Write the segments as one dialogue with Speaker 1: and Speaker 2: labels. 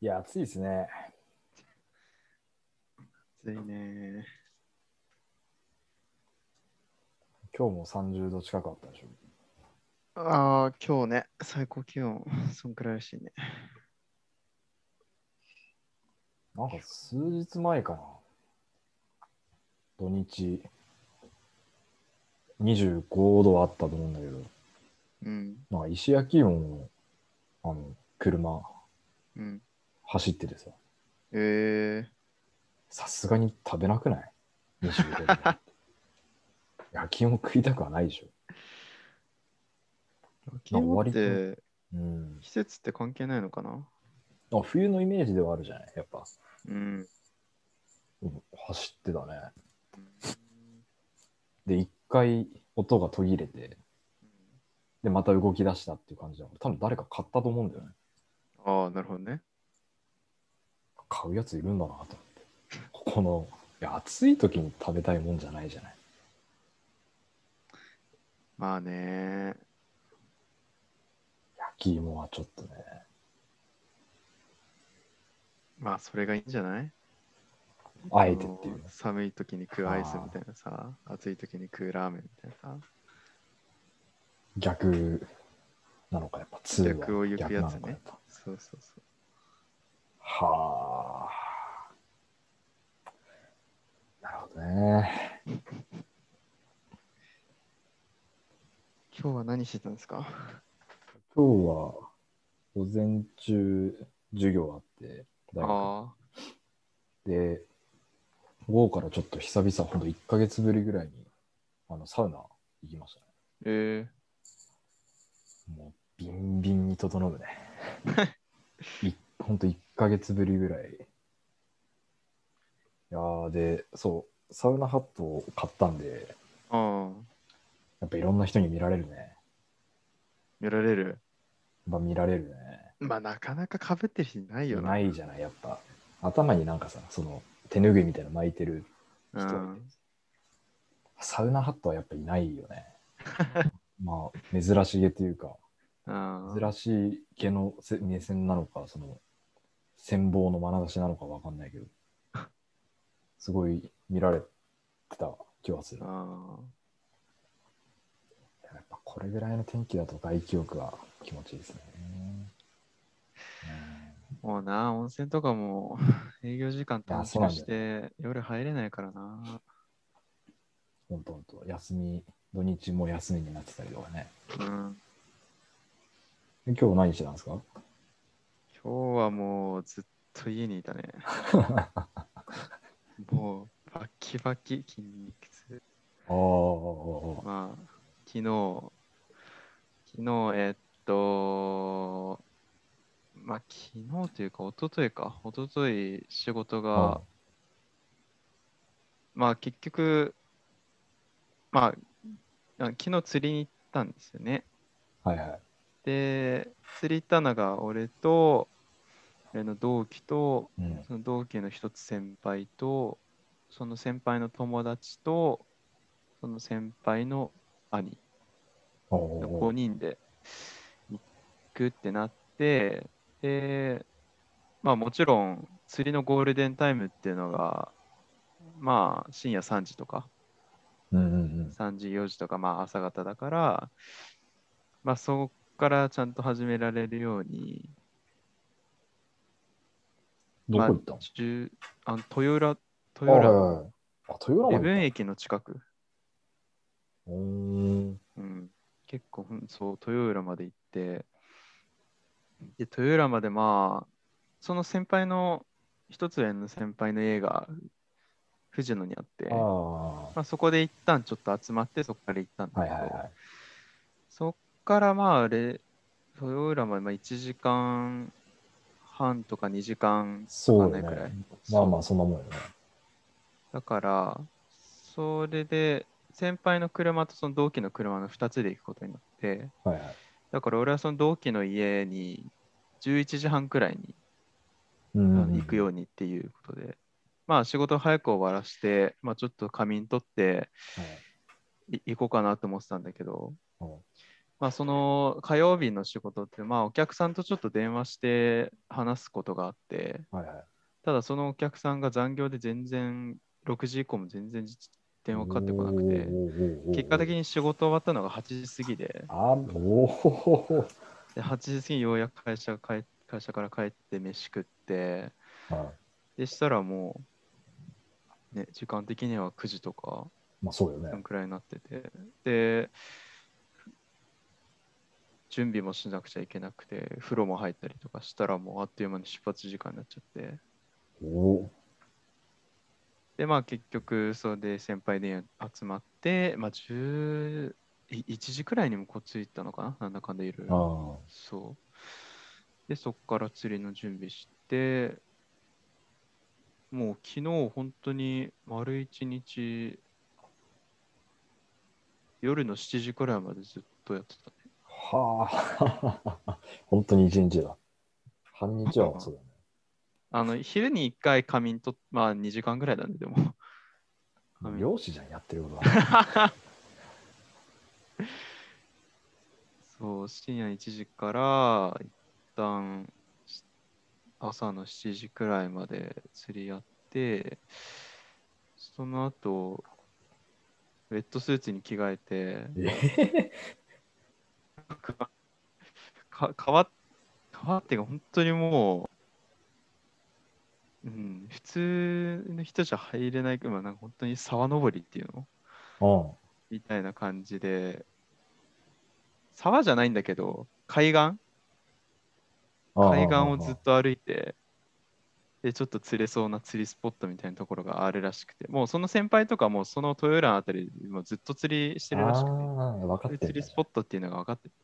Speaker 1: いや、暑いですね。
Speaker 2: 暑いね。
Speaker 1: 今日も30度近かったでしょ。
Speaker 2: ああ、今日ね、最高気温、 そんくらいらしいね。
Speaker 1: なんか数日前かな。土日、25度あったと思うんだけど、
Speaker 2: うん、
Speaker 1: なんか石焼き芋の、あの、車、
Speaker 2: うん。
Speaker 1: 走っててさ、
Speaker 2: え
Speaker 1: さすがに食べなくない ?25 度で。焼き芋食いたくはないでしょ。
Speaker 2: ー、焼き芋っ
Speaker 1: 割と
Speaker 2: て
Speaker 1: うん。
Speaker 2: 季節って関係ないのかな
Speaker 1: あ冬のイメージではあるじゃないやっぱ、
Speaker 2: うん。
Speaker 1: うん走ってたね。で、一回音が途切れて、で、また動き出したっていう感じだから、多分誰か買ったと思うんだよね。
Speaker 2: ああ、なるほどね。
Speaker 1: 買うやついるんだなと思って。この、いや、暑い時に食べたいもんじゃないじゃない。
Speaker 2: まあね。
Speaker 1: 焼き芋はちょっとね。
Speaker 2: まあ、それがいいんじゃない
Speaker 1: あえてっていうね
Speaker 2: あの寒い時に食うアイスみたいなさ、暑い時に食うラーメンみたいなさ、
Speaker 1: 逆なのか、やっぱ通は
Speaker 2: 逆を行くや
Speaker 1: 逆
Speaker 2: つね
Speaker 1: なのかやっぱ
Speaker 2: そうそうそう。
Speaker 1: はあ。なるほどね。
Speaker 2: 今日は何してたんですか
Speaker 1: 今日は午前中授業あって、大学
Speaker 2: ああ、
Speaker 1: で、午後からちょっと久々、ほんと1ヶ月ぶりぐらいに、あの、サウナ行きましたね。
Speaker 2: え
Speaker 1: もうビンビンに整うね。いほんと1ヶ月ぶりぐらい。いやーで、そう、サウナハットを買ったんで、
Speaker 2: ー、ああ、
Speaker 1: やっぱいろんな人に見られるね。
Speaker 2: 見られる。
Speaker 1: やっぱ見られるね。
Speaker 2: まあ、なかなか被ってる人いないよな。
Speaker 1: ないじゃない、やっぱ。頭になんかさ、その手拭いみたいなの巻いてる
Speaker 2: う
Speaker 1: 人がいて、
Speaker 2: ん、
Speaker 1: サウナハットはやっぱいないよ ね。まあ、珍しげというか、
Speaker 2: ああ
Speaker 1: 珍しい毛のせ目線なのか、その、羨望の眼差しなのかわかんないけど、すごい見られてた気はする。や
Speaker 2: あ
Speaker 1: っぱこれぐらいの天気だと外気浴は気持ちいいですね。
Speaker 2: あもうな、温泉とかも 営業時間短期
Speaker 1: そうな
Speaker 2: 化
Speaker 1: んだよ
Speaker 2: して夜入れないからな。
Speaker 1: うん、ほんとほんと、休み、土日も休みになってたりとかね。
Speaker 2: うん、
Speaker 1: で今日何してたんですか
Speaker 2: 今日はもうずっと家にい たね。
Speaker 1: あ
Speaker 2: もうバッキバキ筋肉痛。
Speaker 1: あ、
Speaker 2: まあ、昨日、昨日、えっと、まあ、昨日というか、一昨日か、一昨日仕事が、まあ、結局、まあ、あ昨日釣りに行ったんですよね。
Speaker 1: はいはい。
Speaker 2: で、釣り行ったのが、俺と、俺の同期と、
Speaker 1: うん、
Speaker 2: その同期の一つ先輩と、その先輩の友達と、その先輩の兄。
Speaker 1: お
Speaker 2: 5
Speaker 1: お
Speaker 2: 人で行くってなって、で、まあもちろん釣りのゴールデンタイムっていうのが、まあ深夜3時とか、
Speaker 1: うんうんうん。
Speaker 2: 3時、4時とか、まあ朝方だから、まあそこからちゃんと始められるように、
Speaker 1: どこ行った
Speaker 2: ま
Speaker 1: の
Speaker 2: あ、十あの豊浦、
Speaker 1: あ
Speaker 2: 豊
Speaker 1: はい
Speaker 2: 浦、
Speaker 1: はいはいあ、豊浦まで行った
Speaker 2: 礼文駅の近く、
Speaker 1: うーん。
Speaker 2: うん、結構、うんそう、豊浦まで行って、で、豊浦までまあ、その先輩の、一つ上の先輩の家が、藤野にあって、
Speaker 1: ああ。は
Speaker 2: まあ、そこで一旦ちょっと集まって、そこから行ったん
Speaker 1: い
Speaker 2: だ
Speaker 1: は
Speaker 2: け
Speaker 1: い
Speaker 2: ど、
Speaker 1: はい。
Speaker 2: そっからまあ、あれ、豊浦までまあ1時間半とか2時間、
Speaker 1: そう
Speaker 2: わかんないくら
Speaker 1: よ
Speaker 2: い
Speaker 1: ね。まあ
Speaker 2: そう
Speaker 1: まあ、そんなもんよね。
Speaker 2: だから、それで、先輩の車とその同期の車の2つで行くことになって、
Speaker 1: はいはい。
Speaker 2: だから俺はその同期の家に11時半くらいに
Speaker 1: うんうんうん
Speaker 2: 行くようにっていうことで、まあ仕事早く終わらして、まあちょっと仮眠取って
Speaker 1: はい
Speaker 2: い行こうかなと思ってたんだけど、
Speaker 1: うん
Speaker 2: まあ、その火曜日の仕事って、まあ、お客さんとちょっと電話して話すことがあって、
Speaker 1: はいはい。
Speaker 2: ただそのお客さんが残業で全然、6時以降も全然電話かかってこなくて、結果的
Speaker 1: に。
Speaker 2: に仕事終わったのが8時過ぎで、
Speaker 1: あお お。
Speaker 2: で8時過ぎにようやく会社帰会社から帰って飯食って、
Speaker 1: は
Speaker 2: でしたらもう、ね、時間的には9時とか、
Speaker 1: い。まあそうよ
Speaker 2: そん
Speaker 1: ね。
Speaker 2: くらいになってて、で、準備もしなくちゃいけなくて、風呂も入ったりとかしたら、もうあっという間に出発時間になっちゃって、
Speaker 1: おお。
Speaker 2: で、まあ結局、それで先輩で集まって、まあ10、い1時くらいにもこっち行ったのかな、なんだかんだいる。
Speaker 1: ああ。
Speaker 2: そう。で、そこから釣りの準備して、もう昨日本当に丸一日、夜の7時くらいまでずっとやってたね。
Speaker 1: はあ。 本当に一日だ。半日はそうだね。
Speaker 2: あの、昼に1回仮眠と、まあ2時間ぐらいなんで、でも。
Speaker 1: もう
Speaker 2: うん
Speaker 1: 漁師じゃん、やってること は。
Speaker 2: そう、深夜1時から、一旦し朝の7時くらいまで釣りやって、その後、ウェットスーツに着替えて、
Speaker 1: え
Speaker 2: か川川っていうか本当にもう、うん、普通の人じゃ入れない、まあ、なんか本当に沢登りっていうの
Speaker 1: うん。
Speaker 2: みたいな感じで、沢じゃないんだけど、海岸海岸をずっと歩いて、で、ちょっと釣れそうな釣りスポットみたいなところがあるらしくて、もうその先輩とかもうその豊浦あたりでもうずっと釣りしてるらしくて、
Speaker 1: ああ、分かって
Speaker 2: で釣りスポットっていうのが分かってる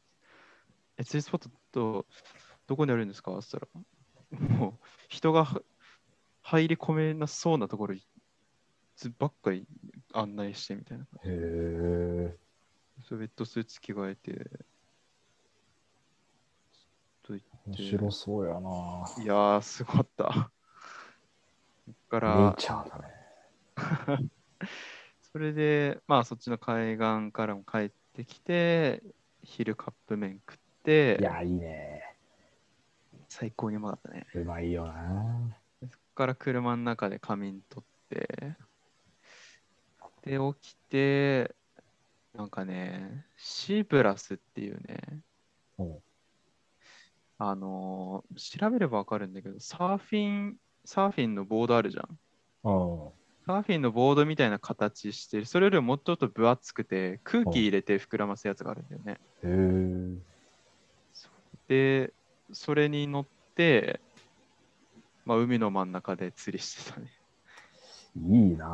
Speaker 2: え、釣りスポットどこにあるんですかって言ったら、もう人がは入り込めなそうなところにずばっかり案内してみたいな。
Speaker 1: へえ。
Speaker 2: そうウェットスーツ着替えて、
Speaker 1: 面白そうやな。
Speaker 2: いやー、すごかった。そっか
Speaker 1: ネイ
Speaker 2: ら、
Speaker 1: チャーだね。
Speaker 2: それで、まあ、そっちの海岸からも帰ってきて、昼カップ麺食って
Speaker 1: い、や、いいね。
Speaker 2: 最高にうまかったね。
Speaker 1: うまいよな。
Speaker 2: でそこから車の中で仮眠取って、で、起きて、なんかね、シープラスっていうね、
Speaker 1: うん
Speaker 2: あのー調べればわかるんだけど、サーフィン、サーフィンのボードあるじゃん。
Speaker 1: うん。
Speaker 2: サーフィンのボードみたいな形してる、それよりももうちょっと分厚くて、空気入れて膨らますやつがあるんだよね。
Speaker 1: へえ。
Speaker 2: で、それに乗って、まあ、海の真ん中で釣りしてたね。
Speaker 1: いいな
Speaker 2: あ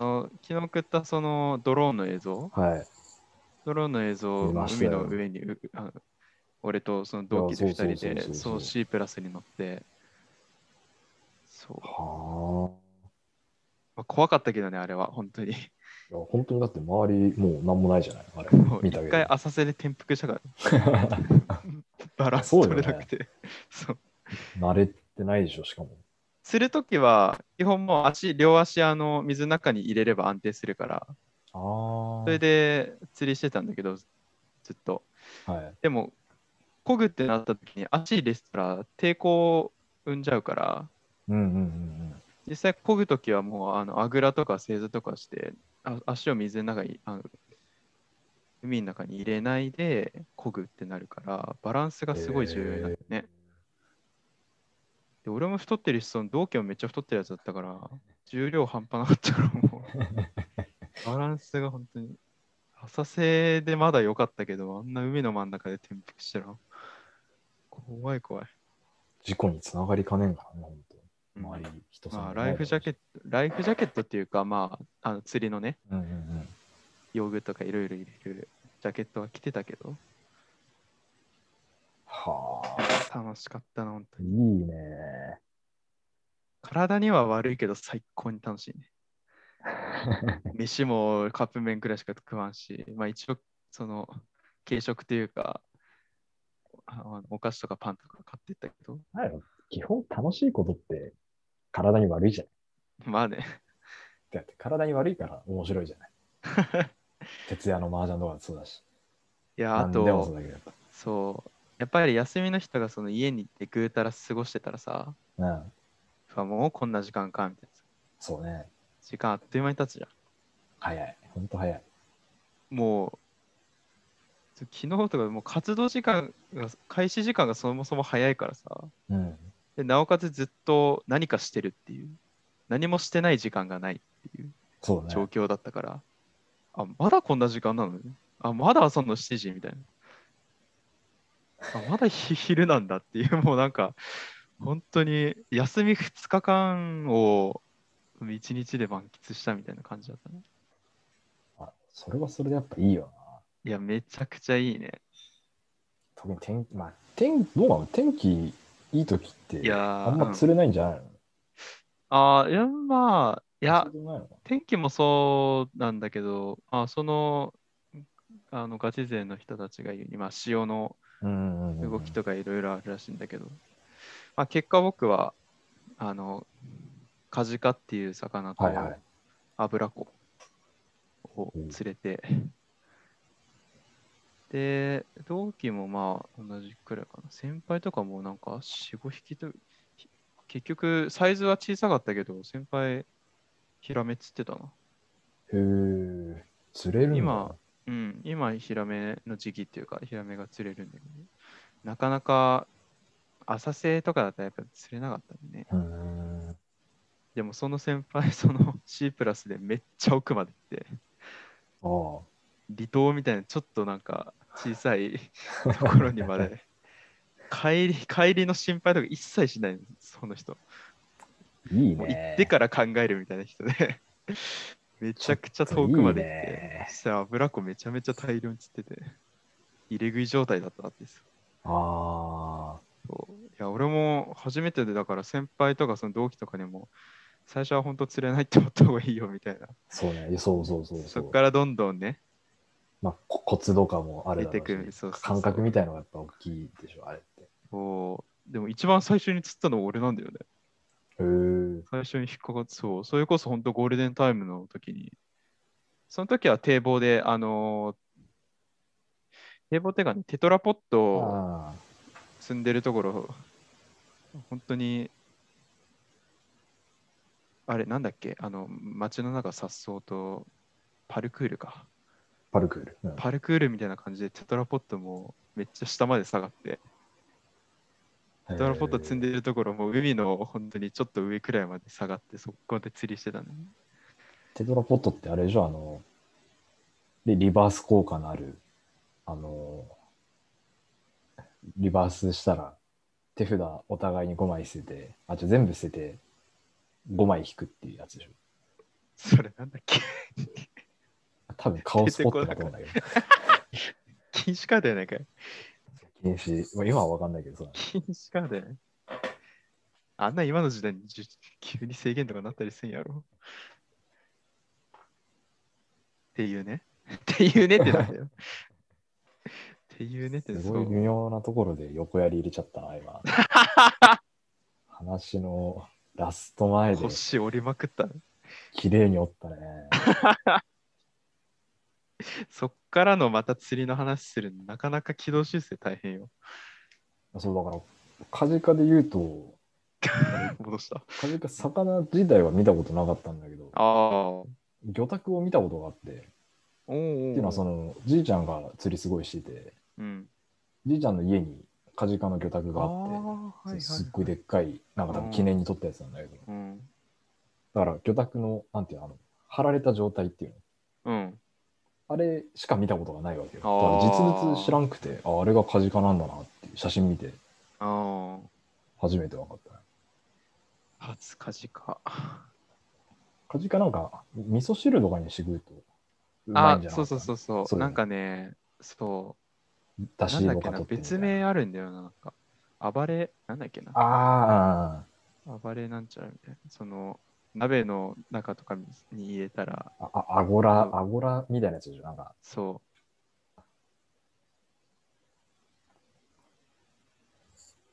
Speaker 2: の昨日食ったそのドローンの映像、
Speaker 1: ぁ。はい。
Speaker 2: ドローンの映像を
Speaker 1: 見ました
Speaker 2: 海
Speaker 1: よ
Speaker 2: の上にうあの俺とその同期で
Speaker 1: い
Speaker 2: 2人
Speaker 1: やそうそうそうそ
Speaker 2: で、
Speaker 1: う
Speaker 2: そう C プラスに乗って、そう、
Speaker 1: は
Speaker 2: まあ、怖かったけどね、あれは、本当に。
Speaker 1: あ。いや、本当にだって周りもう何もないじゃない。あれ
Speaker 2: もう
Speaker 1: 見た
Speaker 2: 一
Speaker 1: けど
Speaker 2: 回。浅瀬で転覆したから、 バランス
Speaker 1: そう
Speaker 2: 取
Speaker 1: よ
Speaker 2: れ
Speaker 1: ね
Speaker 2: なくて。そう
Speaker 1: 慣れてないでしょ、しかも。
Speaker 2: するときは、基本もう足、両足、あの、水の中に入れれば安定するから、
Speaker 1: ああ。
Speaker 2: それで釣りしてたんだけど、ずっと。
Speaker 1: はい。
Speaker 2: でも、漕ぐってなったときに足入れてたら抵抗を生んじゃうから、
Speaker 1: うんうんうん
Speaker 2: 実際漕ぐときはもう、あの、あぐらとか正座とかして、あ足を水の中に、あの海の中に入れないで漕ぐってなるから、バランスがすごい重要になってね。で俺も太ってるし、その同期もめっちゃ太ってるやつだったから、重量半端なかったからも う、バランスが本当に。浅瀬でまだ良かったけど、あんな海の真ん中で転覆したら、怖い怖い。
Speaker 1: 事故につながりかねんからね、本当
Speaker 2: うん
Speaker 1: 周り人
Speaker 2: ま
Speaker 1: さ
Speaker 2: あ、
Speaker 1: ん。
Speaker 2: ライフジャケット、ライフジャケットっていうか、まあ、あの釣りのね、
Speaker 1: ト。うんうんうん。
Speaker 2: 用具とかいろいろ入れるジャケットは着てたけど、
Speaker 1: はあ。
Speaker 2: 楽しかったな、本当
Speaker 1: いい
Speaker 2: に。
Speaker 1: ね。
Speaker 2: 体には悪いけど、最高に楽しいね。 飯もカップ麺くらいしか食わんし、まあ一応、その、軽食っていうか、あお菓子とかパンとか買ってったけど、
Speaker 1: なんやろ基本楽しいことって体に悪いじゃない。
Speaker 2: まあね、
Speaker 1: だ って体に悪いから面白いじゃない。徹夜の麻雀とかそうだし。
Speaker 2: いや、あ
Speaker 1: 何でもそ
Speaker 2: と、
Speaker 1: うだけど。
Speaker 2: そう、やっぱり休みの人がその家に行ってぐうたら過ごしてたらさ、
Speaker 1: うん。
Speaker 2: うわもうこんな時間か、みたいなさ。
Speaker 1: そうね。
Speaker 2: 時間あっという間に経つじゃん。
Speaker 1: 早い。ほんと早い。
Speaker 2: もう、昨日とかもう活動時間が、開始時間がそもそも早いからさ、
Speaker 1: うん。
Speaker 2: でなおかつずっと何かしてるっていう、何もしてない時間がないっていう
Speaker 1: そうね。
Speaker 2: 状況だったから、あ、まだこんな時間なのね。あ、まだ朝の7時みたいな。あ、まだひ昼なんだっていう、 もうなんか、本当に休み2日間を1日で満喫したみたいな感じだったね。
Speaker 1: あそれはそれでやっぱいいよな。
Speaker 2: いや、めちゃくちゃいいね。
Speaker 1: 特に天気、まあ、天どうなの天気いい時って
Speaker 2: いやー
Speaker 1: あんま釣れないんじゃないの、
Speaker 2: ああ、いや、まあ、いや
Speaker 1: そ、うでもないのか
Speaker 2: 天気もそうなんだけど、あその、あのガチ勢の人たちが言うに、まあ、潮の
Speaker 1: うんうんうんうん
Speaker 2: 動きとかいろいろあるらしいんだけど、まあ、結果僕は、あの、カジカっていう魚と
Speaker 1: はいはい。
Speaker 2: アブラコを連れて、で、同期もまあ同じくらいかな。先輩とかもなんか4、5匹と、ひ結局サイズは小さかったけど、先輩ヒラメ釣ってたな。
Speaker 1: へえ。釣れるんだ。
Speaker 2: 今、うん、今ヒラメの時期っていうか、ヒラメが釣れるんだけど、ね、なかなか浅瀬とかだったらやっぱ釣れなかったんでね。
Speaker 1: うーん。
Speaker 2: でもその先輩、 その C プラスでめっちゃ奥まで行って、
Speaker 1: ああ。
Speaker 2: 離島みたいなちょっとなんか小さ いところにまで帰り帰りの心配とか一切しないんですその人
Speaker 1: いい
Speaker 2: もう
Speaker 1: ね。
Speaker 2: 行ってから考えるみたいな人で めちゃくちゃ遠く
Speaker 1: ちょ
Speaker 2: まで行って
Speaker 1: っといいね
Speaker 2: そしたら油子めちゃめちゃ大量に釣ってて入れ食い状態だったんですよ
Speaker 1: ああ。
Speaker 2: そういや俺も初めてでだから先輩とかその同期とかにも最初は本当釣れないって思った方がいいよみたいな
Speaker 1: そうね。いやそうそうそうそ。
Speaker 2: そうっからどんどんね
Speaker 1: まあ、こコツとかもあるだろうし
Speaker 2: 出てくるそうそうそ
Speaker 1: 感
Speaker 2: う
Speaker 1: 覚みたいのがやっぱ大きいでしょ、あれって。へ
Speaker 2: こうでも一番最初に釣ったのは俺なんだよね
Speaker 1: え。うん
Speaker 2: 最初に引っかかって、そう、それこそ本当ゴールデンタイムの時に、その時は堤防で、あのー堤防っていうかね、テトラポット
Speaker 1: あ
Speaker 2: 住んでるところ、本当に、あれ、なんだっけ、あの、街の中さっそうと、パルクールか。
Speaker 1: パルクール。うん
Speaker 2: パルクールみたいな感じで、テトラポットもめっちゃ下まで下がって、テトラポット積んでるところも海の本当にちょっと上くらいまで下がって、そこで釣りしてたね。
Speaker 1: テトラポットってあれでしょあの、でリバース効果のある、あの、リバースしたら、手札お互いに5枚捨てて、あ、じゃあ全部捨てて、5枚引くっていうやつでしょ。
Speaker 2: それなんだっけ
Speaker 1: 多分カオスポットだと思うんだけど。
Speaker 2: 禁止カードやないかい。
Speaker 1: 禁止。まあ、今はわかんないけどさ。
Speaker 2: 禁止カードやない。あんな今の時代にじゅ急に制限とかなったりすんやろ。っていうね。っていうねってなんだよ。っていうねって
Speaker 1: す
Speaker 2: そ。
Speaker 1: ごいう微妙なところで横やり入れちゃったな、 今。話のラスト前で
Speaker 2: 腰折りまくったね。
Speaker 1: 綺麗に折ったね。
Speaker 2: そっからのまた釣りの話するのなかなか軌道修正大変よ。
Speaker 1: そうだから、カジカで言うと、
Speaker 2: 戻した。
Speaker 1: カジカ魚自体は見たことなかったんだけど、
Speaker 2: ああ。お
Speaker 1: 魚拓を見たことがあって、って
Speaker 2: ーお
Speaker 1: い
Speaker 2: ー。
Speaker 1: うのはその、じいちゃんが釣りすごいしてて、
Speaker 2: うん。
Speaker 1: じいちゃんの家にカジカの魚拓があって、
Speaker 2: あーはい
Speaker 1: すっ
Speaker 2: は
Speaker 1: ごいでっかい、なんか多分記念に撮ったやつなんだけど、
Speaker 2: い。うん。
Speaker 1: だから魚拓の、なんていうの、あの、貼られた状態っていうの、
Speaker 2: うん。
Speaker 1: あれしか見たことがないわけよ。だ
Speaker 2: あー
Speaker 1: から実物知らんくて、あ、あれがカジカなんだなって、写真見て
Speaker 2: ああ。
Speaker 1: 初めて分かったね。
Speaker 2: 初カジカ。
Speaker 1: カジカなんか、味噌汁とかにして食うと、うまい
Speaker 2: あ
Speaker 1: んじ、ゃない
Speaker 2: そうそうそうそう。
Speaker 1: そうだよ
Speaker 2: な
Speaker 1: ね
Speaker 2: んかね、そ
Speaker 1: だ
Speaker 2: う。な
Speaker 1: し
Speaker 2: んだっ
Speaker 1: と
Speaker 2: け
Speaker 1: か
Speaker 2: な、
Speaker 1: 取ってみた
Speaker 2: 別
Speaker 1: いな
Speaker 2: 名あるんだよな、なんか。暴れ、なんだっけな。
Speaker 1: あ
Speaker 2: 暴れなんちゃらみたいな。その、鍋の中とかにに入れたら、
Speaker 1: ーあー、ああ、アゴラ、アゴラみたいなやつでしょ。なんか、
Speaker 2: そ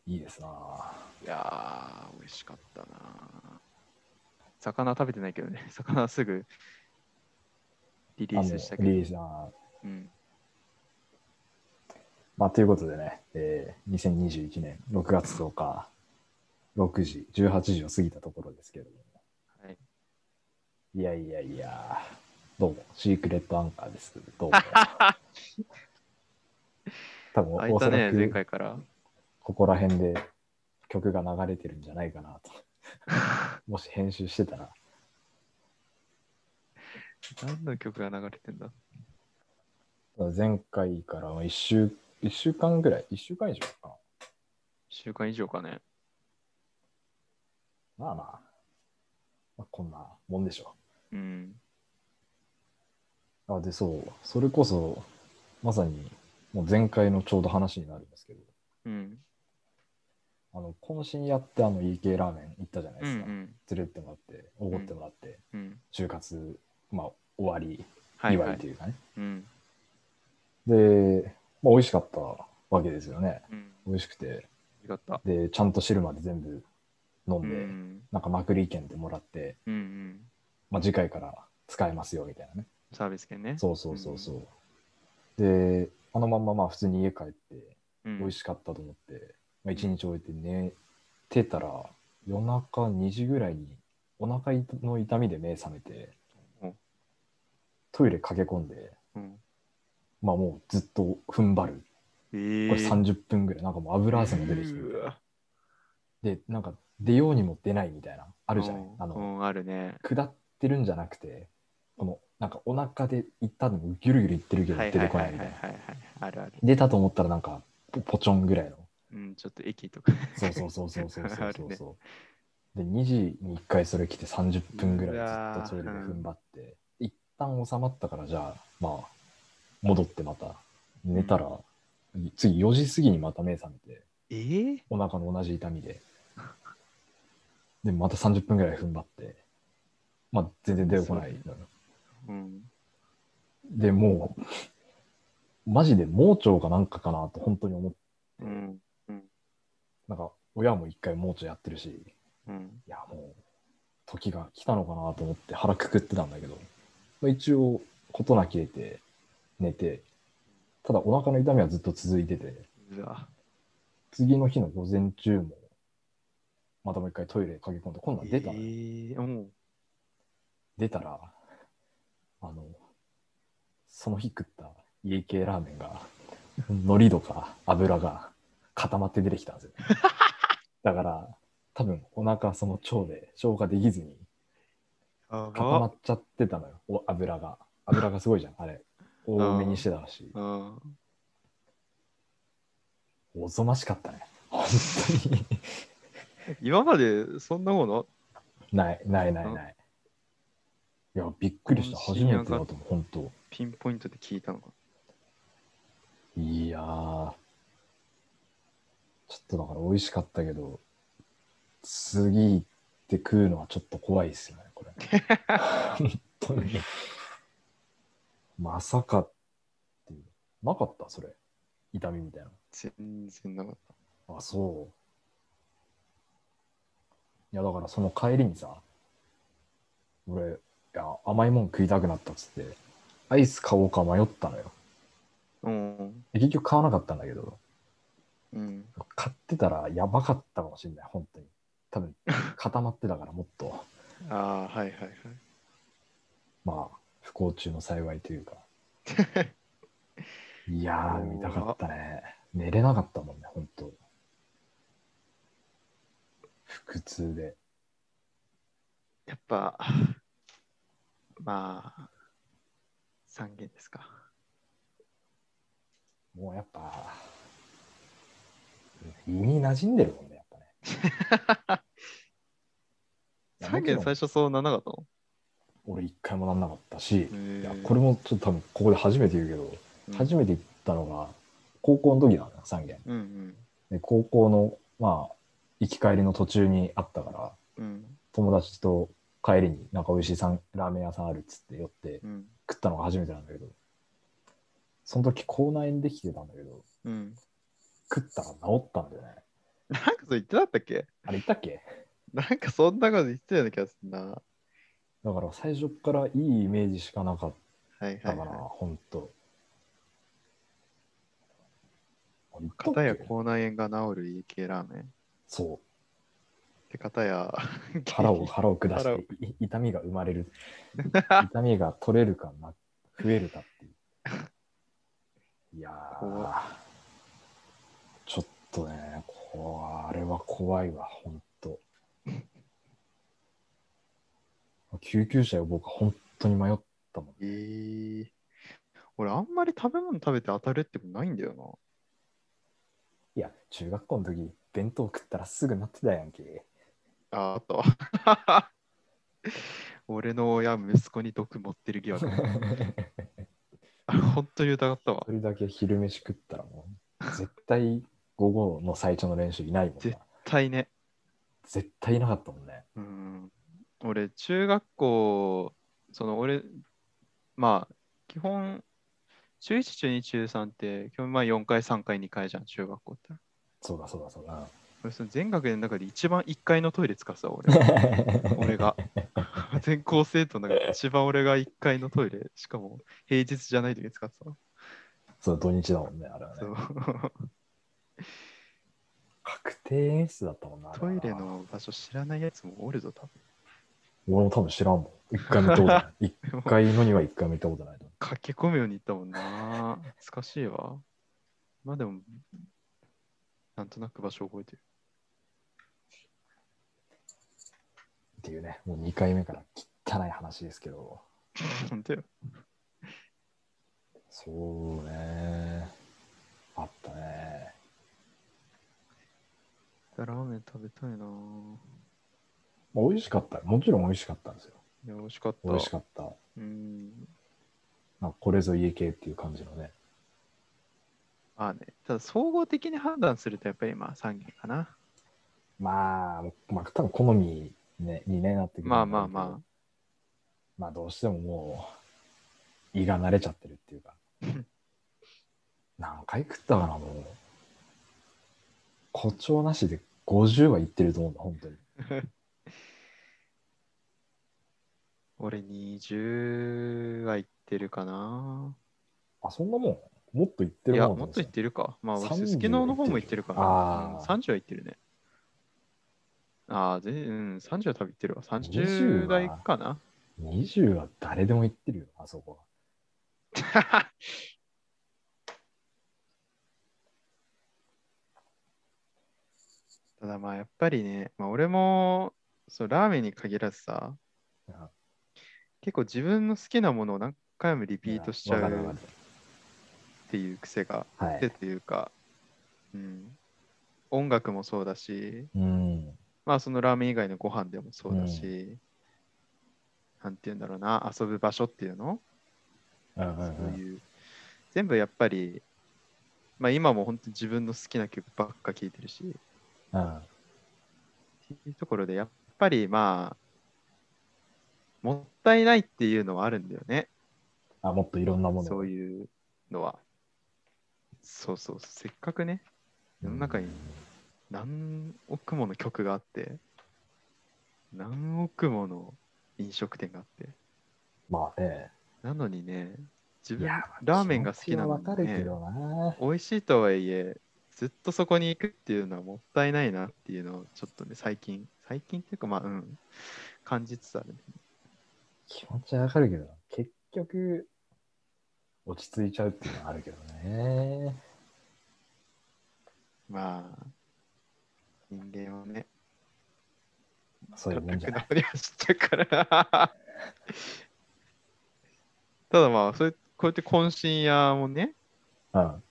Speaker 1: いいですなぁ
Speaker 2: う。いやー、美味しかったな。魚食べてないけどね、 魚はすぐリリースしたけ
Speaker 1: あの
Speaker 2: ど
Speaker 1: リ。リースなぁ
Speaker 2: うん、
Speaker 1: まあ、ということでね、えー、2021年6月10日、6時、18時を過ぎたところですけれども、
Speaker 2: はい、
Speaker 1: いやいやいや、どうも、シークレットアンカーです。どう も。多分
Speaker 2: 開い
Speaker 1: お
Speaker 2: た
Speaker 1: そ
Speaker 2: ね
Speaker 1: ら、
Speaker 2: 前
Speaker 1: く
Speaker 2: 回から。
Speaker 1: ここら辺で曲が流れてるんじゃないかなと。 もし編集してたら、
Speaker 2: 何の曲が流れてんだ
Speaker 1: 前回から1週一週間ぐらい、1週間以上かな。
Speaker 2: 一週間以上かね。
Speaker 1: まあまあ、まあ、こんなもんでしょ
Speaker 2: うん。
Speaker 1: う。あ、で、そう、それこそ、まさに、もう前回のちょうど話になるんですけど、
Speaker 2: うん。
Speaker 1: あの、懇親やってあの EK ラーメン行ったじゃない
Speaker 2: うんう
Speaker 1: ですか。
Speaker 2: ん。
Speaker 1: 連れてもらって、おごってもらって、
Speaker 2: うん。
Speaker 1: 就活、まあ、終わり、
Speaker 2: はい、は
Speaker 1: 祝い
Speaker 2: い
Speaker 1: と。いうかね。
Speaker 2: うん。
Speaker 1: で、まあ、美味しかったわけですよね。
Speaker 2: うん。
Speaker 1: 美味しくて、
Speaker 2: よかった。
Speaker 1: で、ちゃんと汁まで全部飲ん
Speaker 2: う
Speaker 1: で、
Speaker 2: ん。
Speaker 1: なんかまくり券でもらって、
Speaker 2: うんうん。
Speaker 1: まあ、次回から使えますよみたいなね。
Speaker 2: サービス券ね。
Speaker 1: そうそうそうそう。で、あのまんままあ普通に家帰って、
Speaker 2: うん。
Speaker 1: 美味しかったと思って、まあ、一日置いて寝てたら、夜中2時ぐらいにお腹の痛みで目覚めて
Speaker 2: うん、
Speaker 1: トイレ駆け込んで、
Speaker 2: うん。
Speaker 1: まあもうずっと踏ん張る。
Speaker 2: え
Speaker 1: こ
Speaker 2: ー、
Speaker 1: れ30分ぐらい、なんかもう油汗も出てきてみたいな
Speaker 2: うわ
Speaker 1: で、なんか出ようにも出ないみたいな、あるじゃない。
Speaker 2: うん
Speaker 1: あの、
Speaker 2: うん、あるね。
Speaker 1: 下ってるんじゃなくて、この、なんかお腹で行ったのも、ぎゅるぎゅるいってるけど
Speaker 2: は
Speaker 1: 出
Speaker 2: いはい
Speaker 1: てこ
Speaker 2: は
Speaker 1: ない
Speaker 2: いは
Speaker 1: み
Speaker 2: いは
Speaker 1: た
Speaker 2: い
Speaker 1: いな。
Speaker 2: はい。あるある。
Speaker 1: 出たと思ったら、なんかポ、ポチョンぐらいの。
Speaker 2: うん、ちょっと駅とか。
Speaker 1: そうそうそうそうそうそ
Speaker 2: あ
Speaker 1: う
Speaker 2: る
Speaker 1: そう
Speaker 2: ね
Speaker 1: そう、で、2時に1回それ来て30分ぐら
Speaker 2: うわ
Speaker 1: いず
Speaker 2: ー
Speaker 1: っとトイレで踏ん張って、一旦収まったから、じゃあ、まあ、戻ってまた寝たら、次4時過ぎにまた目覚めて、
Speaker 2: えー、
Speaker 1: お腹の同じ痛みで。で、また30分ぐらい踏ん張って、まあ、全然出てこないのよ。
Speaker 2: うん。
Speaker 1: でもう、マジで盲腸かなんかかなと本当に思って、
Speaker 2: うん。
Speaker 1: なんか親も一回盲腸やってるし、い
Speaker 2: うん。
Speaker 1: やもう、時が来たのかなと思って腹くくってたんだけど、まあ、一応、事なき得て寝て、ただお腹の痛みはずっと続いてて、
Speaker 2: うわ。
Speaker 1: 次の日の午前中も、またもう一回トイレ駆け込んで、今度は出たの
Speaker 2: え
Speaker 1: よ、
Speaker 2: ー、おう
Speaker 1: 出たら、あの、その日食った家系ラーメンが、海苔とか油が固まって出てきたんです よ。だから、多分お腹その腸で消化できずに
Speaker 2: あ
Speaker 1: 固まっちゃってたのよ、お油が。油がすごいじゃん、あれ。多めにしてたし、
Speaker 2: うん。
Speaker 1: おぞましかったね。本当に。
Speaker 2: 今までそんなもの
Speaker 1: ない、ない、ない、ない。いや、びっくりした。初めてだと思う、本当。
Speaker 2: ピンポイントで聞いたのか。
Speaker 1: いやー、ちょっとだから美味しかったけど、次行って食うのはちょっと怖いですよね、これ。本当に。まさかっていう。なかったそれ。痛みみたい
Speaker 2: 全然なかっ
Speaker 1: な。あ、そう。いや、だからその帰りにさ、俺、いや、甘いもん食いたくなったっつって、アイス買おうか迷ったのよ。
Speaker 2: た。うん。
Speaker 1: で結局買わなかったんだけど、
Speaker 2: うん。
Speaker 1: 買ってたらやばかったかもしれない、本当に。多分固まってたから、もっと。
Speaker 2: ああー、はいはいはい。
Speaker 1: まあ、不幸中の幸いというか。いやー、見たかったね。寝れなかったもんね、本当腹痛で。
Speaker 2: やっぱ、まあ、三軒ですか。
Speaker 1: もうやっぱ、胃に馴染んでるもんね、やっぱね。いや
Speaker 2: 三軒
Speaker 1: もちろ
Speaker 2: 最
Speaker 1: ん
Speaker 2: 初そうなんなかったの
Speaker 1: 俺一回もなんなかったし、いや
Speaker 2: え
Speaker 1: これもちょっと多分ここで初めて言うけど、初めて行ったのが高校の時なんだ3軒
Speaker 2: うんうん
Speaker 1: で高校のまあ行き帰りの途中にあったから
Speaker 2: うん
Speaker 1: 友達と帰りになんか美味しいさんラーメン屋さんあるっつって寄って
Speaker 2: うん
Speaker 1: 食ったのが初めてなんだけどその時口内炎できてたんだけど
Speaker 2: うん。
Speaker 1: 食ったら治ったんだよね
Speaker 2: なんかそう言ってなかったっけ
Speaker 1: あれ言ったっけ
Speaker 2: なんかそんなこと言ってたような気がするな。は
Speaker 1: だから最初っからいいイメージしかなかっ
Speaker 2: いはい、
Speaker 1: たから、
Speaker 2: は
Speaker 1: ほんと言ったっ
Speaker 2: 片や
Speaker 1: け
Speaker 2: 口内炎が治る家系ラーメン。
Speaker 1: そ
Speaker 2: で、片や
Speaker 1: う、 腹 を、腹を下
Speaker 2: 腹を
Speaker 1: して、い痛みが生まれ る。痛みが取れるかな、増えるかって いう。いや
Speaker 2: 怖
Speaker 1: ー、ちょっとね、こうあれは怖いわ、ほん と。救急車呼ぼうか、本当に迷ったもん。
Speaker 2: えー、俺、あんまり食べ物食べて当たるってことないんだよな。
Speaker 1: いや、中学校の時、弁当食ったらすぐなってたやんけ。
Speaker 2: ああと 俺の親息子に毒持ってる疑惑 あれ本当に疑ったわ
Speaker 1: それだけ昼飯食ったらもう、絶対午後の最初の練習いないもん
Speaker 2: 絶
Speaker 1: な。
Speaker 2: 対ね
Speaker 1: 絶対いなかったもんね。
Speaker 2: うん俺中学校その俺まあ基本中1中2中3って基本まあ4回3回2回じゃん中学校って
Speaker 1: そうだそうだそうだ。
Speaker 2: 俺その全学年の中で一番1階のトイレ使ってたわ 俺
Speaker 1: 俺
Speaker 2: 俺が全校生徒の中で一番俺が1階のトイレしかも平日じゃない時に使ってたわ
Speaker 1: そう、土日だもんね、あれはね
Speaker 2: そ。う
Speaker 1: 確定演出だったもんな。あれ
Speaker 2: ト
Speaker 1: はな
Speaker 2: イレ。の場所知らないやつもおるぞ、多
Speaker 1: 俺も多分知らんもん。一回見たこと ない。一
Speaker 2: 分。
Speaker 1: 回のには一回見たことないと思
Speaker 2: 駆け込むように行ったもんな。懐かしいわ。まあでも、なんとなく場所覚えてる。
Speaker 1: う。っていうね、もう二回目から汚い話ですけど。
Speaker 2: 本当よ。
Speaker 1: そうね。あったね。
Speaker 2: ラーメン食べたいな。
Speaker 1: まあ美味しかった。もちろん美味しかったんですよ。
Speaker 2: いや、美味しかった。
Speaker 1: 美味しかった。
Speaker 2: うん。
Speaker 1: まあ、これぞ家系っていう感じのね。
Speaker 2: まあね、ただ総合的に判断すると、やっぱりまあ3軒かな。
Speaker 1: まあ、まあ、多分好み、ね、にねなってくるんだ
Speaker 2: ま
Speaker 1: ろ
Speaker 2: あ
Speaker 1: うけど
Speaker 2: まあま
Speaker 1: まあどうしてももう胃が慣れちゃってるっていう か何回食ったかなもう誇張なしで50はいってると思うんだ本当に
Speaker 2: 俺20は行ってるかな。
Speaker 1: あそんなもんもっといって
Speaker 2: い
Speaker 1: る
Speaker 2: や、
Speaker 1: もん
Speaker 2: もっと行ってるか。まあ、俺、
Speaker 1: 30
Speaker 2: すすきのの方も行ってるかな。
Speaker 1: あー
Speaker 2: うん30は行ってるね。ああ、全然、うん、30は多分行ってるわ。
Speaker 1: 20は
Speaker 2: 30代かな。
Speaker 1: 20は誰でもいってるよあそこは
Speaker 2: ただまあ、やっぱりね、まあ、俺もそうラーメンに限らずさ
Speaker 1: あ、
Speaker 2: 結構自分の好きなものを何回もリピートしちゃ
Speaker 1: わかるわ
Speaker 2: う
Speaker 1: か
Speaker 2: っていう癖が、
Speaker 1: るは
Speaker 2: 癖
Speaker 1: い
Speaker 2: というか、うん、音楽もそうだし、
Speaker 1: うん
Speaker 2: まあそのラーメン以外のご飯でもそうだし、なんて言うんだろうな、遊ぶ場所っていうの、
Speaker 1: うんうん
Speaker 2: そういう、全部やっぱり、まあ今も本当に自分の好きな曲ばっか聴いてるし、
Speaker 1: うんうん
Speaker 2: っていうところで、やっぱりまあ、もったいないっていうのはあるんだよね、
Speaker 1: あもっといろんなもの
Speaker 2: そういうのは。そうそう、せっかくね、世の中に何億もの曲があって、何億もの飲食店があって、
Speaker 1: まあね
Speaker 2: なのにね、自
Speaker 1: い
Speaker 2: 分
Speaker 1: や
Speaker 2: ラーメンが好きなの
Speaker 1: 気持ちはわか
Speaker 2: に、
Speaker 1: るけ
Speaker 2: ね、
Speaker 1: どな
Speaker 2: 美味しいとはいえ、ずっとそこに行くっていうのはもったいないなっていうのをちょっとね、最近、最近っていうかまあ、うん、感じつつあるね。
Speaker 1: 気持ちはわかるけど、結局、落ち着いちゃうっていうのはあるけどね。
Speaker 2: まあ、人間はね、
Speaker 1: そういうもんじ
Speaker 2: く
Speaker 1: ゃな。
Speaker 2: ないりはしちゃうから。 ただまあ、そうやこうやって渾身屋もね、
Speaker 1: うん。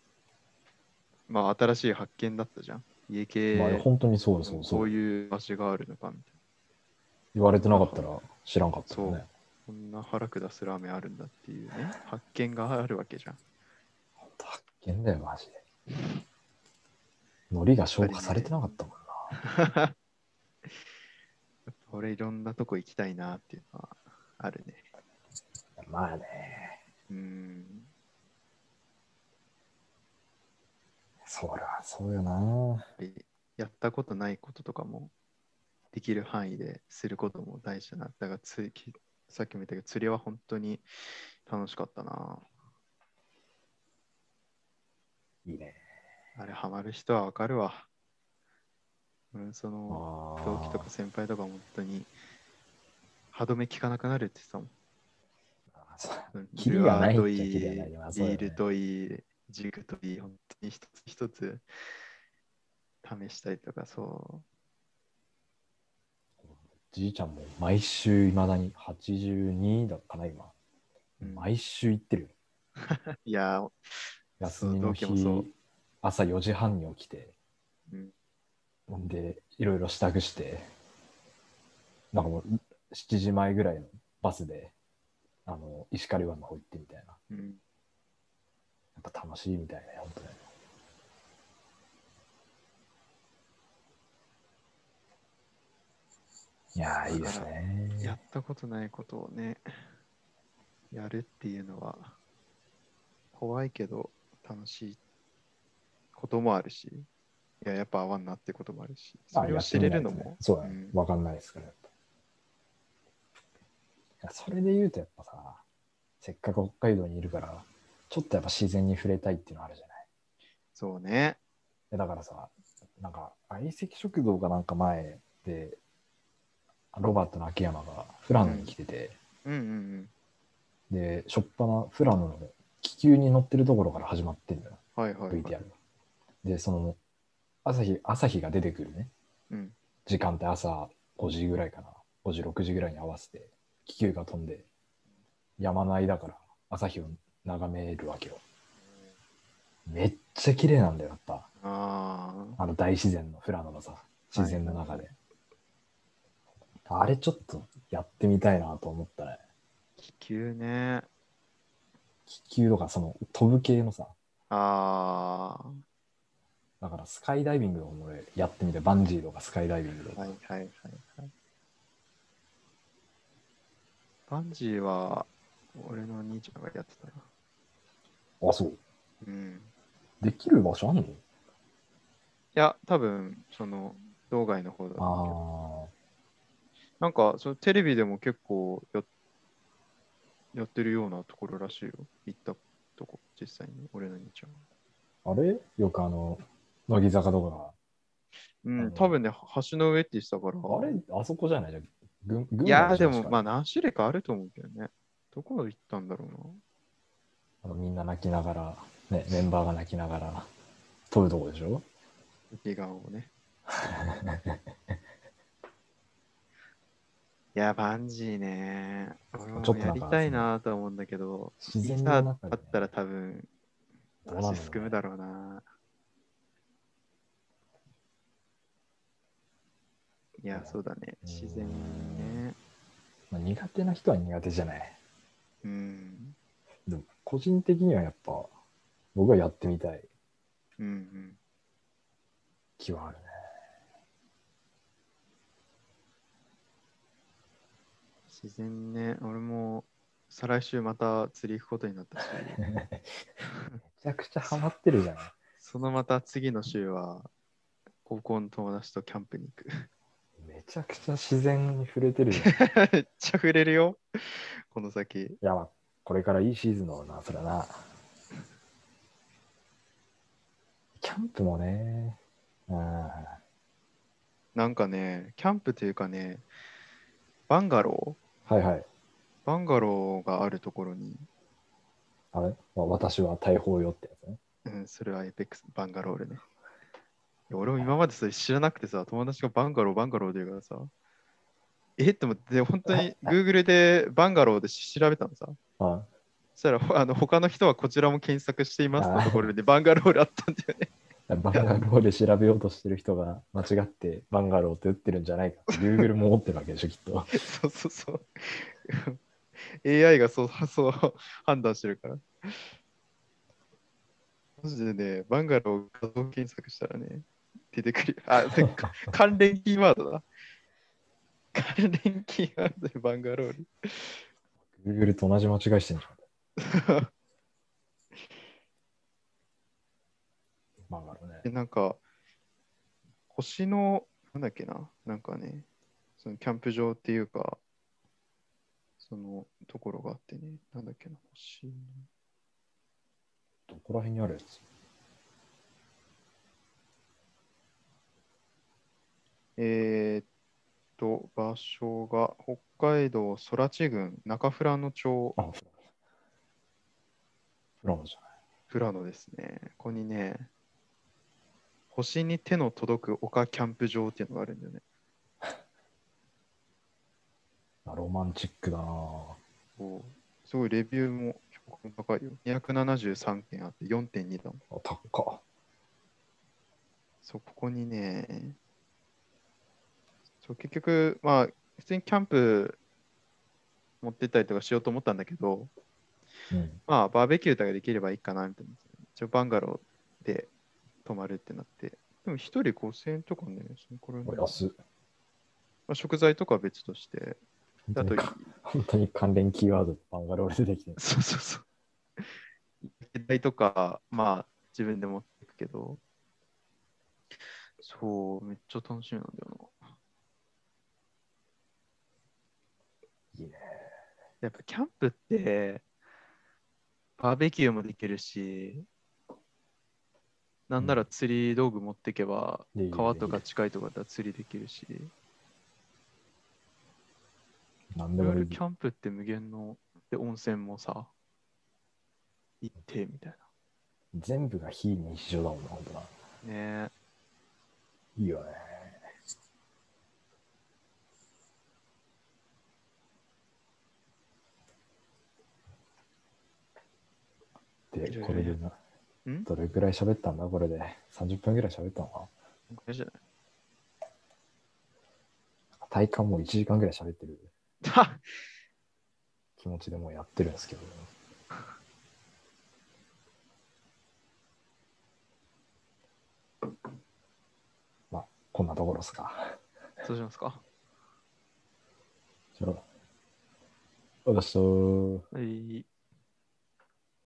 Speaker 2: まあ、新しい発見だったじゃん。家系、
Speaker 1: まあ、本当にそうそう
Speaker 2: そ
Speaker 1: そうう。
Speaker 2: いう場所があるのかみたいな。
Speaker 1: 言われてなかったら知らんかったもんね。
Speaker 2: こんな腹下すラーメンあるんだっていうね、発見があるわけじゃん。
Speaker 1: 本当発見だよ、マジで。海苔が消化されてなかったもんな。
Speaker 2: やっぱ俺いろんなとこ行きたいなっていうのはあるね。
Speaker 1: まあね、
Speaker 2: うん。
Speaker 1: そりゃそうよな。
Speaker 2: やったことないこととかもできる範囲ですることも大事だな。だからつきさっきも言ったけど釣りは本当に楽しかったな。
Speaker 1: いいね。
Speaker 2: あれ、ハマる人はわかるわ。俺、その、
Speaker 1: あ
Speaker 2: 同期とか先輩とか本当に、歯止め効かなくなるって言ってたもん。
Speaker 1: あー
Speaker 2: うん
Speaker 1: キリがないっちゃ
Speaker 2: ルアーといい、
Speaker 1: キリ
Speaker 2: ビ
Speaker 1: がないまあそうだ
Speaker 2: ー
Speaker 1: よね
Speaker 2: ルといい、ジグといい、本当に一つ一つ試したりとか、そ
Speaker 1: じいちゃんも毎週いまだに82だから今、
Speaker 2: う。うん
Speaker 1: 毎週行ってるよ
Speaker 2: いや、
Speaker 1: 休みの日
Speaker 2: そう同期もそう
Speaker 1: 朝4時半に起きて、
Speaker 2: うん
Speaker 1: ほんでいろいろ支度してなんかもう7時前ぐらいのバスであの石狩湾の方行ってみたいな
Speaker 2: うん、
Speaker 1: やっぱ楽しいみたいね本当ねいやーいいですね
Speaker 2: やったことないことをね、やるっていうのは、怖いけど楽しいこともあるし、いや、やっぱ合わんなってこともあるし、それを知れるの
Speaker 1: あやってみないとね
Speaker 2: も、
Speaker 1: そうだ
Speaker 2: う
Speaker 1: ね
Speaker 2: ん。
Speaker 1: わかんないですから、やっぱいやそれで言うとやっぱさ、せっかく北海道にいるから、ちょっとやっぱ自然に触れたいっていうのあるじゃない。
Speaker 2: そうね。
Speaker 1: えだからさ、なんか相席食堂がなんか前で、ロバートの秋山が富良野に来てて、
Speaker 2: うんうん
Speaker 1: で、しょっぱな富良野の気球に乗ってるところから始まってんだよ、
Speaker 2: うん。はいはい、はい。
Speaker 1: VTR が。で、その朝日、朝日が出てくるね、
Speaker 2: うん。
Speaker 1: 時間って朝5時ぐらいかな5時6時ぐらいに合わせて気球が飛んで山の間から朝日を眺めるわけよめっちゃ綺麗なんだよやっぱ
Speaker 2: ああ。
Speaker 1: あの大自然の富良野のさ自然の中で、あれちょっとやってみたいなと思ったね
Speaker 2: 気球ね。
Speaker 1: 気球とかその飛ぶ系のさ
Speaker 2: あ
Speaker 1: だからスカイダイビングとかも俺やってみてバンジーとかスカイダイビングと
Speaker 2: あ、
Speaker 1: か、
Speaker 2: はいはいはい、はい。バンジーは、俺の兄ちゃんがやってたな。
Speaker 1: あそう
Speaker 2: うん。
Speaker 1: できる場所あんの
Speaker 2: いや、多分、その、道外の方だと思うけど
Speaker 1: あ
Speaker 2: なんか、そのテレビでも結構やっやってるようなところらしいよ。行ったとこ、実際に、俺の兄ちゃんは。
Speaker 1: ああれよくあの乃木坂とかが
Speaker 2: う
Speaker 1: うん
Speaker 2: ん、多分ね、橋の上って言ってたから。
Speaker 1: あれあそこじゃないじゃん。群群馬
Speaker 2: いや、
Speaker 1: の
Speaker 2: で
Speaker 1: 人し
Speaker 2: も、
Speaker 1: か
Speaker 2: まあ、何種類かあると思うけどね。どこ行ったんだろうな。
Speaker 1: あのみんな泣きながら、ね、メンバーが泣きながら、撮るとこでしょ
Speaker 2: 右側をね。いや、バンジーね。俺
Speaker 1: ちょっ
Speaker 2: も
Speaker 1: と
Speaker 2: や
Speaker 1: なん
Speaker 2: り
Speaker 1: か
Speaker 2: たいなとは思うんだけど、
Speaker 1: 自
Speaker 2: い
Speaker 1: 然
Speaker 2: ざ
Speaker 1: の
Speaker 2: あ
Speaker 1: 中で、
Speaker 2: ったら多分、
Speaker 1: どうなんだろう
Speaker 2: 足
Speaker 1: ね
Speaker 2: すくむだろうな。いや、そうだね。自然ね。
Speaker 1: まあ、苦手な人は苦手じゃない。
Speaker 2: うん。
Speaker 1: でも、個人的にはやっぱ、僕はやってみたい
Speaker 2: うんうん。
Speaker 1: 気はあるね。
Speaker 2: 自然ね。俺も、再来週また釣り行くことになったし。
Speaker 1: めちゃくちゃハマってるじゃない。
Speaker 2: そのまた次の週は、高校の友達とキャンプに行く。
Speaker 1: めちゃくちゃ自然に触れてるじゃない。い
Speaker 2: めっちゃ触れるよ、この先。
Speaker 1: や、まあこれからいいシーズンだろうな、それはな。キャンプもね、うん、
Speaker 2: なんかね、キャンプというかね、バンガロー
Speaker 1: はいはい。
Speaker 2: バンガローがあるところに、
Speaker 1: あれ、まあ、私は大砲よってやつね。
Speaker 2: うん、それはエペックス、バンガロールね。いや俺も今までそれ知らなくてさ、友達がバンガロー、バンガローって言うからさ、えって思って、本当に Google でバンガローで調べたのさ。
Speaker 1: あ
Speaker 2: そしたら、ほあの他の人はこちらも検索していますのところでバンガロールあったんだよね。
Speaker 1: バンガローで調べようとしてる人が間違ってバンガローって打ってるんじゃないか。Google も持ってるわけでしょ、きっと。
Speaker 2: そうそうそう。AI がそうそう判断してるから。マジでね、バンガロー画像検索したらね、出てくる。あ、でか関連キーワードだ。関連キーワードでバンガロール。
Speaker 1: Google と同じ間違いしてるんじゃ ん。バンガロー
Speaker 2: で、
Speaker 1: ね。
Speaker 2: なんか、星の、なんだっけな、なんかね、そのキャンプ場っていうか、そのところがあってね、なんだっけな、星の。
Speaker 1: どこら辺にあるやつ
Speaker 2: えーっと、場所が北海道空知郡中富良野町
Speaker 1: あ、フラノじゃない。
Speaker 2: 富良野ですね。ここにね、星に手の届く丘キャンプ場っていうのがあるんだよね。
Speaker 1: あロマンチックだなぁ
Speaker 2: こうすごいレビューも評価も高いよ。273件あって4.2だもん。
Speaker 1: あ、高っ。
Speaker 2: そう、ここにね、そう結局、まあ、普通にキャンプ持ってったりとかしようと思ったんだけど、
Speaker 1: うん。
Speaker 2: まあ、バーベキューとかできればいいかなみたいな。一応、バンガローで泊まるってなって。でも、一人5000円とかね、その頃ね
Speaker 1: これ安っ。
Speaker 2: まあ、食材とかは別として。であ
Speaker 1: 本当
Speaker 2: と
Speaker 1: に、本当に関連キーワード、バンガロールでできてる。
Speaker 2: そうそうそう。液体とか、まあ、自分で持っていくけど、そう、めっちゃ楽しみなんだよな。
Speaker 1: いいね。
Speaker 2: やっぱキャンプって、バーベキューもできるし、なんなら釣り道具持ってけば、
Speaker 1: できる
Speaker 2: 川とか近いとこだったら釣りできるし、
Speaker 1: なん
Speaker 2: い
Speaker 1: で
Speaker 2: ろい
Speaker 1: もい
Speaker 2: ろ
Speaker 1: い
Speaker 2: キ。ャンプって無限の、で、温泉もさ、行ってみたい
Speaker 1: 全部が非日常だもんな、本当な。
Speaker 2: な。ねえ
Speaker 1: いいよね。で
Speaker 2: いろい、ろ
Speaker 1: これでな、
Speaker 2: ん
Speaker 1: どれぐらい喋ったんだこれで。30分ぐらい喋ったのか
Speaker 2: これじゃない
Speaker 1: な体感もう1時間ぐらい喋ってる
Speaker 2: は
Speaker 1: 気持ちでもうやってるんですけど。まあ、こんなところですか。
Speaker 2: っ そうしますか。
Speaker 1: じゃあ、私と、
Speaker 2: はい。